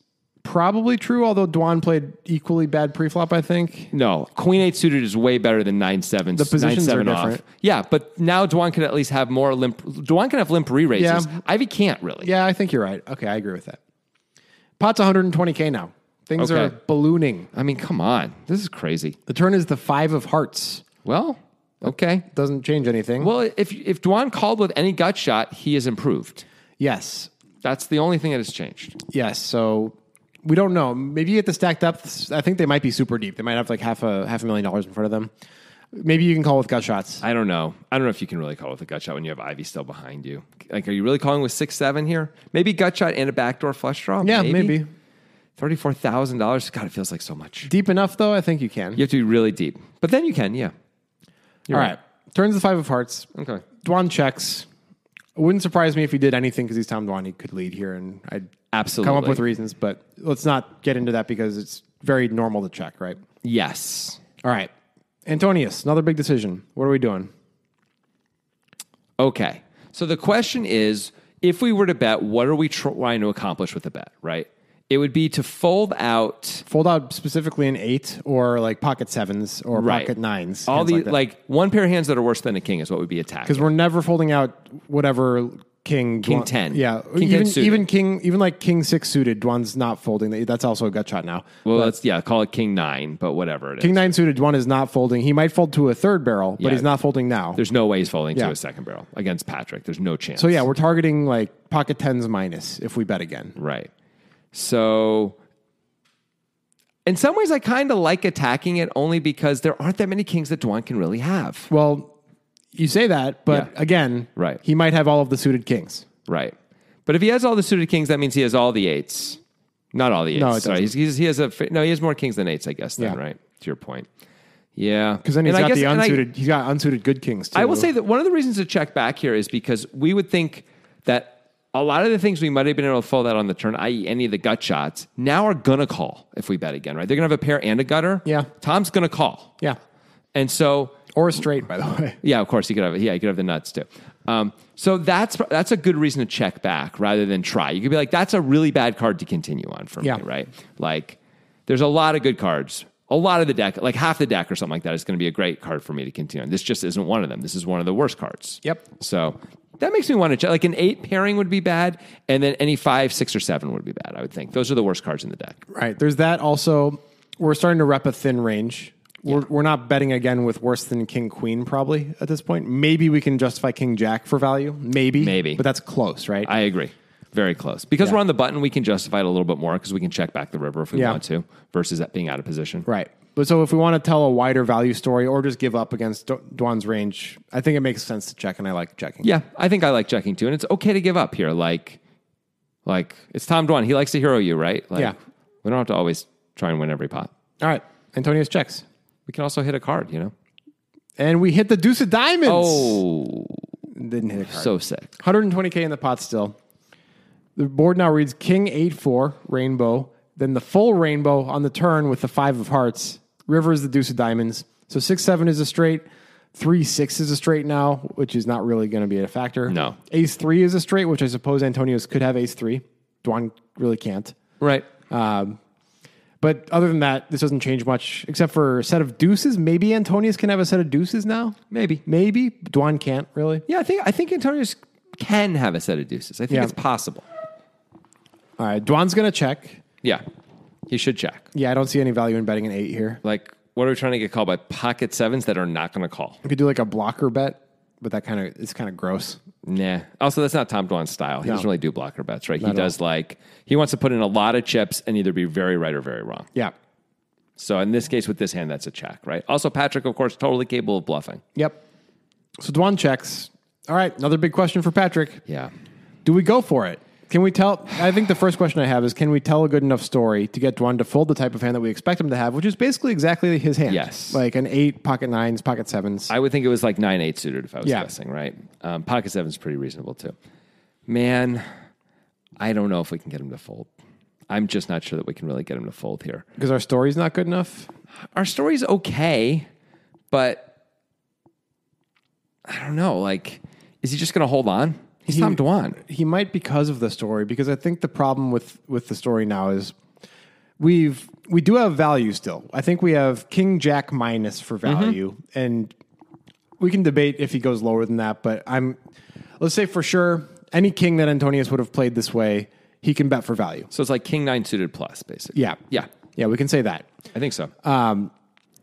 probably true, although Dwan played equally bad preflop, I think.
no, Queen 8 suited is way better than 9 7. The
positions are
off.
different.
Yeah, but now Dwan can at least have more limp. Dwan can have limp re raises.
Yeah.
Ivy can't really.
Yeah, I think you're right. Okay, I agree with that. Pot's 120K now. Things
Okay.
are ballooning.
I mean, come on. This is crazy.
The turn is the five of hearts.
Well, okay.
Doesn't change anything.
Well, if, if Dwan called with any gut shot, he has improved.
yes.
That's the only thing that has changed.
Yes. So we don't know. Maybe at the stack depths, I think they might be super deep. They might have like half a half a million dollars in front of them. Maybe you can call with gut shots.
I don't know. I don't know if you can really call with a gut shot when you have Ivy still behind you. Like, are you really calling with six seven here? Maybe gut shot and a backdoor flush draw.
Yeah, maybe.
thirty four thousand dollars. God, it feels like so much.
Deep enough though, I think you can.
You have to be really deep, but then you can. Yeah.
All right. Turns the five of hearts.
Okay.
Dwan checks. It wouldn't surprise me if he did anything because he's Tom Dwan. He could lead here, and I'd
Absolutely.
come up with reasons. But let's not get into that because it's very normal to check, right?
yes.
All right. Antonius, another big decision. What are we doing?
Okay. So the question is if we were to bet, what are we trying to accomplish with the bet, right? It would be to fold out
Fold out specifically an eight or like pocket sevens or
right,
pocket nines.
All
hands
the
like
like,
that.
one pair of hands that are worse than a king is what would be attacked.
because we're never folding out whatever king
King
Dwan-
10.
Yeah,
King 10
even
suited.
even king even like king six suited. Dwan's not folding. That's also a gut shot now.
Well, let's yeah, call it king nine, but whatever it is.
King nine suited. Dwan is not folding. He might fold to a third barrel, but
Yeah.
he's not folding now.
There's no way he's folding
Yeah.
to a second barrel against Patrick. There's no chance.
so yeah, we're targeting like pocket tens minus if we bet again.
Right. So in some ways I kind of like attacking it only because there aren't that many kings that Dwan can really have.
Well, you say that, but
Yeah.
again,
Right.
He might have all of the suited kings.
Right. But if he has all the suited kings, that means he has all the eights. Not all the eights.
No, it
Sorry.
doesn't.
He's, he's, he has a fa- no. He has more kings than eights, I guess. Then
Yeah.
right to your point. Yeah.
Because then he's
And I
got
guess-
the
and I-
unsuited. he's got unsuited good kings too.
I will say that one of the reasons to check back here is because we would think that a lot of the things we might have been able to fold out on the turn, i.e., any of the gut shots, now are gonna call if we bet again, right? They're gonna have a pair and a gutter.
Yeah.
Tom's gonna call.
yeah,
And so,
or a straight by the [LAUGHS] way.
yeah, of course, he could have. Yeah, he could have the nuts too. Um, so that's that's a good reason to check back rather than try. You could be like, that's a really bad card to continue on for
Yeah.
me, right? Like, there's a lot of good cards. A lot of the deck, like half the deck or something like that, is going to be a great card for me to continue. on. This just isn't one of them. This is one of the worst cards.
Yep.
So that makes me want to check. Like an eight pairing would be bad, and then any five, six, or seven would be bad. I would think those are the worst cards in the deck.
Right. There's that. Also, we're starting to rep a thin range. We're, we're not betting again with worse than King Queen probably at this point. Maybe we can justify King Jack for value. Maybe.
Maybe.
But that's close, right?
I agree. Very close. Because
Yeah.
we're on the button, we can justify it a little bit more because we can check back the river if we
Yeah.
want to versus that being out of position.
right. But so if we want to tell a wider value story or just give up against Du- Dwan's range, I think it makes sense to check, and I like checking.
Yeah, I think I like checking too. And it's okay to give up here. Like, like it's Tom Dwan. He likes to hero you, right? Like,
Yeah.
We don't have to always try and win every pot.
All right. Antonius checks.
We can also hit a card, you know?
And we hit the deuce of diamonds.
Oh,
Didn't hit a card.
so sick.
120K in the pot still. The board now reads King 8 4, rainbow, then the full rainbow on the turn with the 5 of hearts. River is the deuce of diamonds. So 6 7 is a straight. 3 6 is a straight now, which is not really going to be a factor.
No.
Ace 3 is a straight, which
Uh,
I suppose Antonio's could have ace 3. Dwan really can't.
Right.
But other than that, this doesn't change much, except for a set of deuces. Maybe Antonius can have a set of deuces now.
Maybe.
Maybe. Dwan can't, really.
Yeah, I think I think Antonius can have a set of deuces. I think
Yeah.
it's possible.
All right. Dwan's going to check.
Yeah, he should check.
Yeah, I don't see any value in betting an eight here.
Like, what are we trying to get called by pocket sevens that are not going to call?
We could do like a blocker bet, but that kind of it's kind of gross.
Nah. Also, that's not Tom Dwan's style. He
No.
doesn't really do blocker bets, right?
Not
he
at all.
does like he wants to put in a lot of chips and either be very right or very wrong.
Yeah.
So in this case, with this hand, that's a check, right? Also, Patrick, of course, totally capable of bluffing.
Yep. So Dwan checks. All right, another big question for Patrick.
Yeah.
Do we go for it? Can we tell? I think the first question I have is can we tell a good enough story to get Dwan to fold the type of hand that we expect him to have, which is basically exactly his hand?
Yes.
Like an eight, pocket nines, pocket sevens.
I would think it was like nine eight suited if I was
Yeah.
guessing, right? Um, pocket seven's pretty reasonable too. Man, I don't know if we can get him to fold. I'm just not sure that we can really get him to fold here.
Because our story's not good enough.
Our story's okay, but I don't know. Like, is he just going to hold on? He's Tom Dwan.
He might because of the story, because I think the problem with with the story now is we've we do have value still. I think we have King Jack minus for value, and we can debate if he goes lower than that. But I'm let's say for sure any king that Antonius would have played this way, he can bet for value.
So it's like king nine suited plus, basically.
Yeah,
Yeah.
yeah, we can say that.
I think so.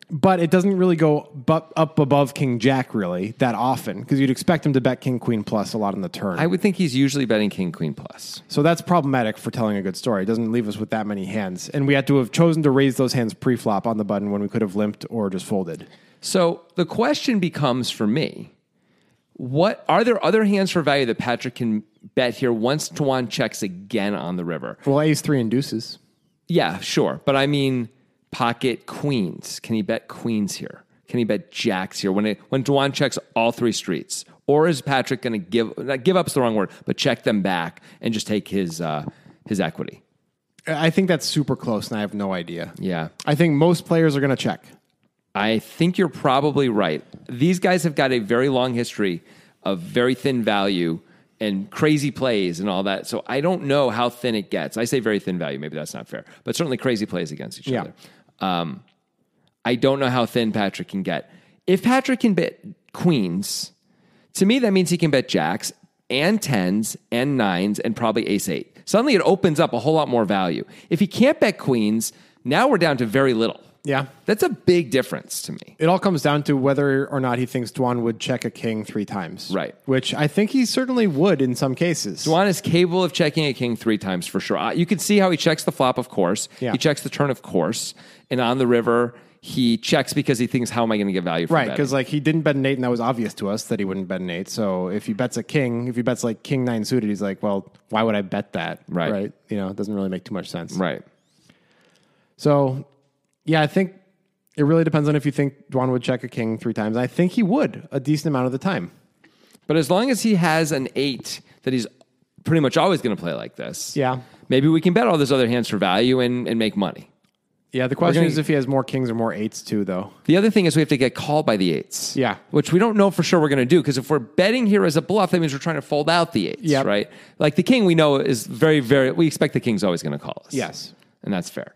But it doesn't really go bu- up above King Jack really that often because you'd expect him to bet King Queen plus a lot on the turn.
I would think he's usually betting king queen plus.
So that's problematic for telling a good story. It doesn't leave us with that many hands. And we had to have chosen to raise those hands pre-flop on the button when we could have limped or just folded.
So the question becomes for me, what are there other hands for value that Patrick can bet here once Tuan checks again on the river?
Well, ace three and deuces.
Yeah, sure. But I mean pocket queens. Can he bet queens here? Can he bet jacks here when it, when Duan checks all three streets? Or is Patrick going to give not give up's the wrong word, but check them back and just take his uh, his equity?
Uh, I I think that's super close and I have no idea.
Yeah.
I think most players are going to check.
I think you're probably right. These guys have got a very long history of very thin value and crazy plays and all that. So I don't know how thin it gets. I say very thin value. Maybe that's not fair, but certainly crazy plays against each
Yeah.
other. Um, I don't know how thin Patrick can get. If Patrick can bet queens, to me, that means he can bet jacks and tens and nines and probably ace eight. Suddenly it opens up a whole lot more value. If he can't bet queens, now we're down to very little.
Yeah.
That's a big difference to me.
It all comes down to whether or not he thinks Dwan would check a king three times.
Right.
Which I think he certainly would in some cases.
Juan is capable of checking a king three times for sure. Uh, You can see how he checks the flop, of course.
Yeah.
He checks the turn, of course. And on the river, he checks because he thinks, how am I going to get value for
Right,
betting?
because like he didn't bet an eight, and that was obvious to us that he wouldn't bet an eight. So if he bets a king, if he bets like king nine suited, he's like, well, why would I bet that?
Right.
right. You know, it doesn't really make too much sense.
Right.
So, yeah, I think it really depends on if you think Dwan would check a king three times. I think he would a decent amount of the time.
But as long as he has an eight that he's pretty much always going to play like this,
Yeah.
maybe we can bet all those other hands for value and, and make money.
Yeah, the question
gonna-
is if he has more kings or more eights too, though.
The other thing is we have to get called by the eights.
Yeah.
Which we don't know for sure we're going to do because if we're betting here as a bluff, that means we're trying to fold out the eights,
Yep.
right? Like the king we know is very, very, we expect the king's always going to call us.
Yes.
And that's fair.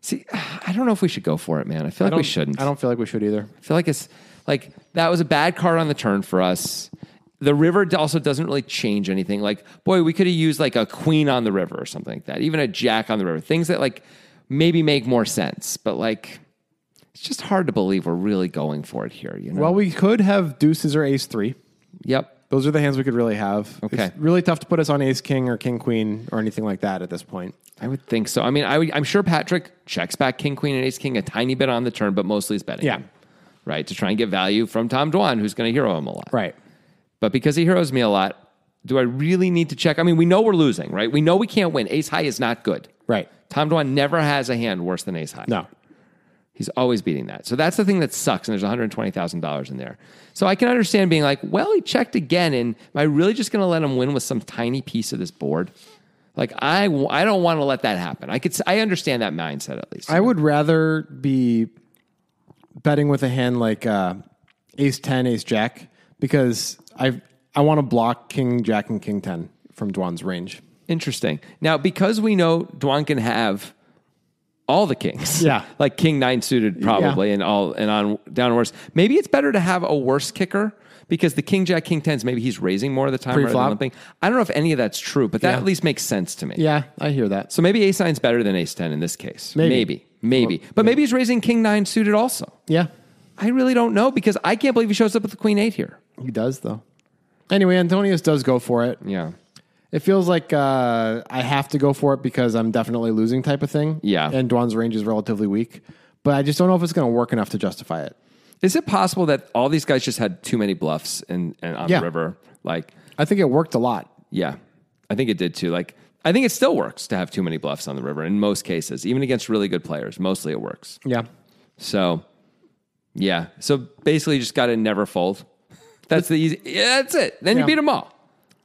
See, I don't know if we should go for it, man. I feel like we shouldn't.
I don't feel like we should either.
I feel like it's like that was a bad card on the turn for us. The river d- also doesn't really change anything. Like, boy, we could have used like a queen on the river or something like that, even a jack on the river, things that like maybe make more sense. But like, it's just hard to believe we're really going for it here, you know?
Well, we could have deuces or ace three.
yep.
Those are the hands we could really have.
Okay.
It's really tough to put us on ace king or king queen or anything like that at this point.
I would think so. I mean, I would, I'm sure Patrick checks back king, queen, and ace king a tiny bit on the turn, but mostly is betting.
Yeah.
him, right. To try and get value from Tom Dwan, who's going to hero him a lot.
Right.
But because he heroes me a lot, do I really need to check? I mean, we know we're losing, right? We know we can't win. Ace high is not good.
Right.
Tom Dwan never has a hand worse than ace high.
No.
He's always beating that. So that's the thing that sucks. And there's $120,000 in there. So I can understand being like, well, he checked again. And am I really just going to let him win with some tiny piece of this board? Like, I, w- I don't want to let that happen. I could, s- I understand that mindset at least.
I would rather be betting with a hand like uh, ace 10, ace jack, because I I want to block king jack and king 10 from Dwan's range.
Interesting. Now, because we know Dwan can have all the kings.
Yeah.
[LAUGHS] like king nine suited probably, and all and on down worse. Maybe it's better to have a worse kicker because the king jack king tens maybe he's raising more of the time rather than
Pre-flop.
limping. I don't know if any of that's true, but that
Yeah.
at least makes sense to me.
Yeah, I hear that.
So maybe ace nine's better than ace ten in this case.
Maybe.
maybe, maybe. but maybe he's raising king nine suited also.
Yeah,
I really don't know because I can't believe he shows up with the queen eight here.
he does though. Anyway, Antonius does go for it.
Yeah.
It feels like uh, I have to go for it because I'm definitely losing type of thing.
Yeah.
and Dwan's range is relatively weak, but I just don't know if it's going to work enough to justify it.
Is it possible that all these guys just had too many bluffs and, and on
Yeah.
the river? Like,
I think it worked a lot.
yeah, I think it did too. Like, I think it still works to have too many bluffs on the river in most cases, even against really good players. Mostly it works.
Yeah,
So, yeah. So basically, you just got to never fold. That's the easy. Yeah, that's it. Then
Yeah.
you beat them all.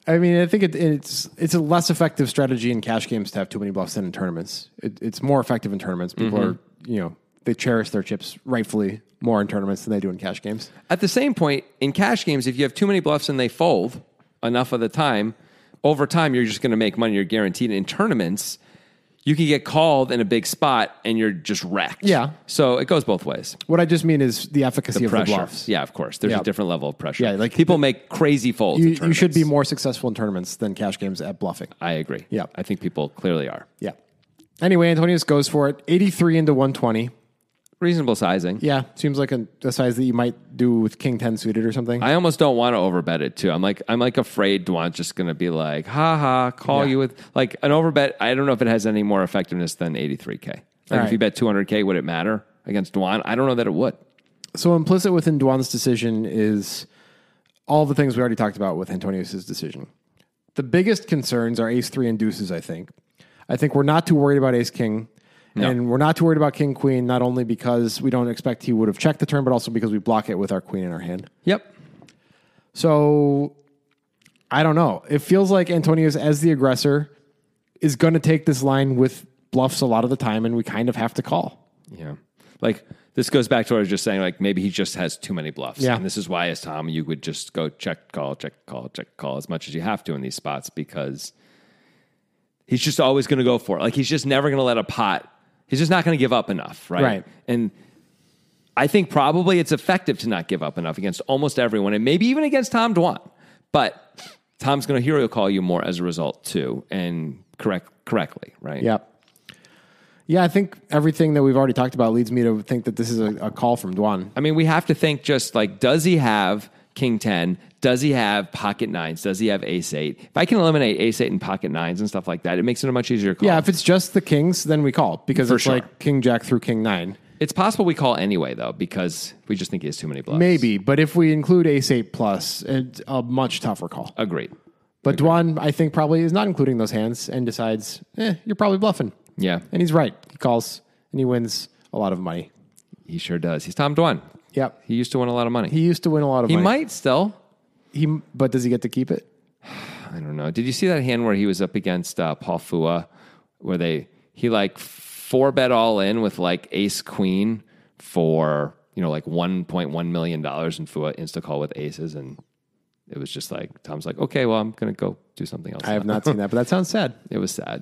I mean, I think it, it's it's a less effective strategy in cash games to have too many bluffs than in tournaments. It, it's more effective in tournaments. People
Mm-hmm.
are you know they cherish their chips rightfully more in tournaments than they do in cash games.
At the same point, in cash games, if you have too many bluffs and they fold enough of the time, over time you're just going to make money. You're guaranteed. In tournaments, you can get called in a big spot and you're just wrecked.
Yeah.
So it goes both ways.
What I just mean is the efficacy of the
pressure.
bluffs.
Yeah, of course. There's
Yeah.
a different level of pressure.
Yeah, like-
people make crazy folds. in
You, you should
tournaments.
be more successful in tournaments than cash games at bluffing.
I agree.
Yeah.
I think people clearly are
Yeah. Anyway, Antonius goes for it. 83 into 120.
reasonable sizing.
Yeah, seems like a, a size that you might do with King 10 suited or something.
I almost don't want to overbet it too. I'm like I'm like afraid Dwan's just going to be like, ha ha, call
Yeah.
you with like an overbet. I don't know if it has any more effectiveness than 83k. Like
All
if you bet
right.
200k, would it matter against Dwan? I don't know that it would.
so implicit within Duan's decision is all the things we already talked about with Antonius's decision. The biggest concerns are ace three and deuces, I think. I think we're not too worried about ace king. And we're not too worried about king queen, not only because we don't expect he would have checked the turn, but also because we block it with our queen in our hand.
Yep.
So I don't know. It feels like Antonius as the aggressor is going to take this line with bluffs a lot of the time and we kind of have to call.
Yeah. Like this goes back to what I was just saying. Like maybe he just has too many bluffs.
Yeah.
And this is why, as Tom, you would just go check, call, check, call, check, call as much as you have to in these spots because he's just always going to go for it. Like he's just never going to let a pot. He's just not going to give up enough. Right.
Right.
And I think probably it's effective to not give up enough against almost everyone and maybe even against Tom Dwan. But Tom's going to hero call you more as a result too and correct correctly. Right.
Yep. Yeah, I think everything that we've already talked about leads me to think that this is a, a call from Dwan.
I mean, we have to think just like, does he have king 10? Does he have pocket nines? Does he have ace 8? If I can eliminate ace 8 and pocket nines and stuff like that, it makes it a much easier call.
Yeah, if it's just the kings, then we call because
For
it's
sure.
like king jack through king nine.
It's possible we call anyway, though, because we just think he has too many bluffs.
Maybe, but if we include ace eight plus, it's a much tougher call.
Agreed.
But Dwan, I think, probably is not including those hands and decides, eh, you're probably bluffing.
Yeah,
And he's right. He calls and he wins a lot of money.
he sure does. He's Tom Dwan.
Yep.
He used to win a lot of money.
He
He,
used to win a lot of money.
might still.
He, but does he get to keep it?
I don't know. Did you see that hand where he was up against uh, Paul Fua, where they he like four bet all in with like ace queen for you know like one point one million dollars, and Fua insta call with aces, and it was just like Tom's like, okay, well I'm gonna go do something else.
I have not seen that, but that sounds sad.
It was sad.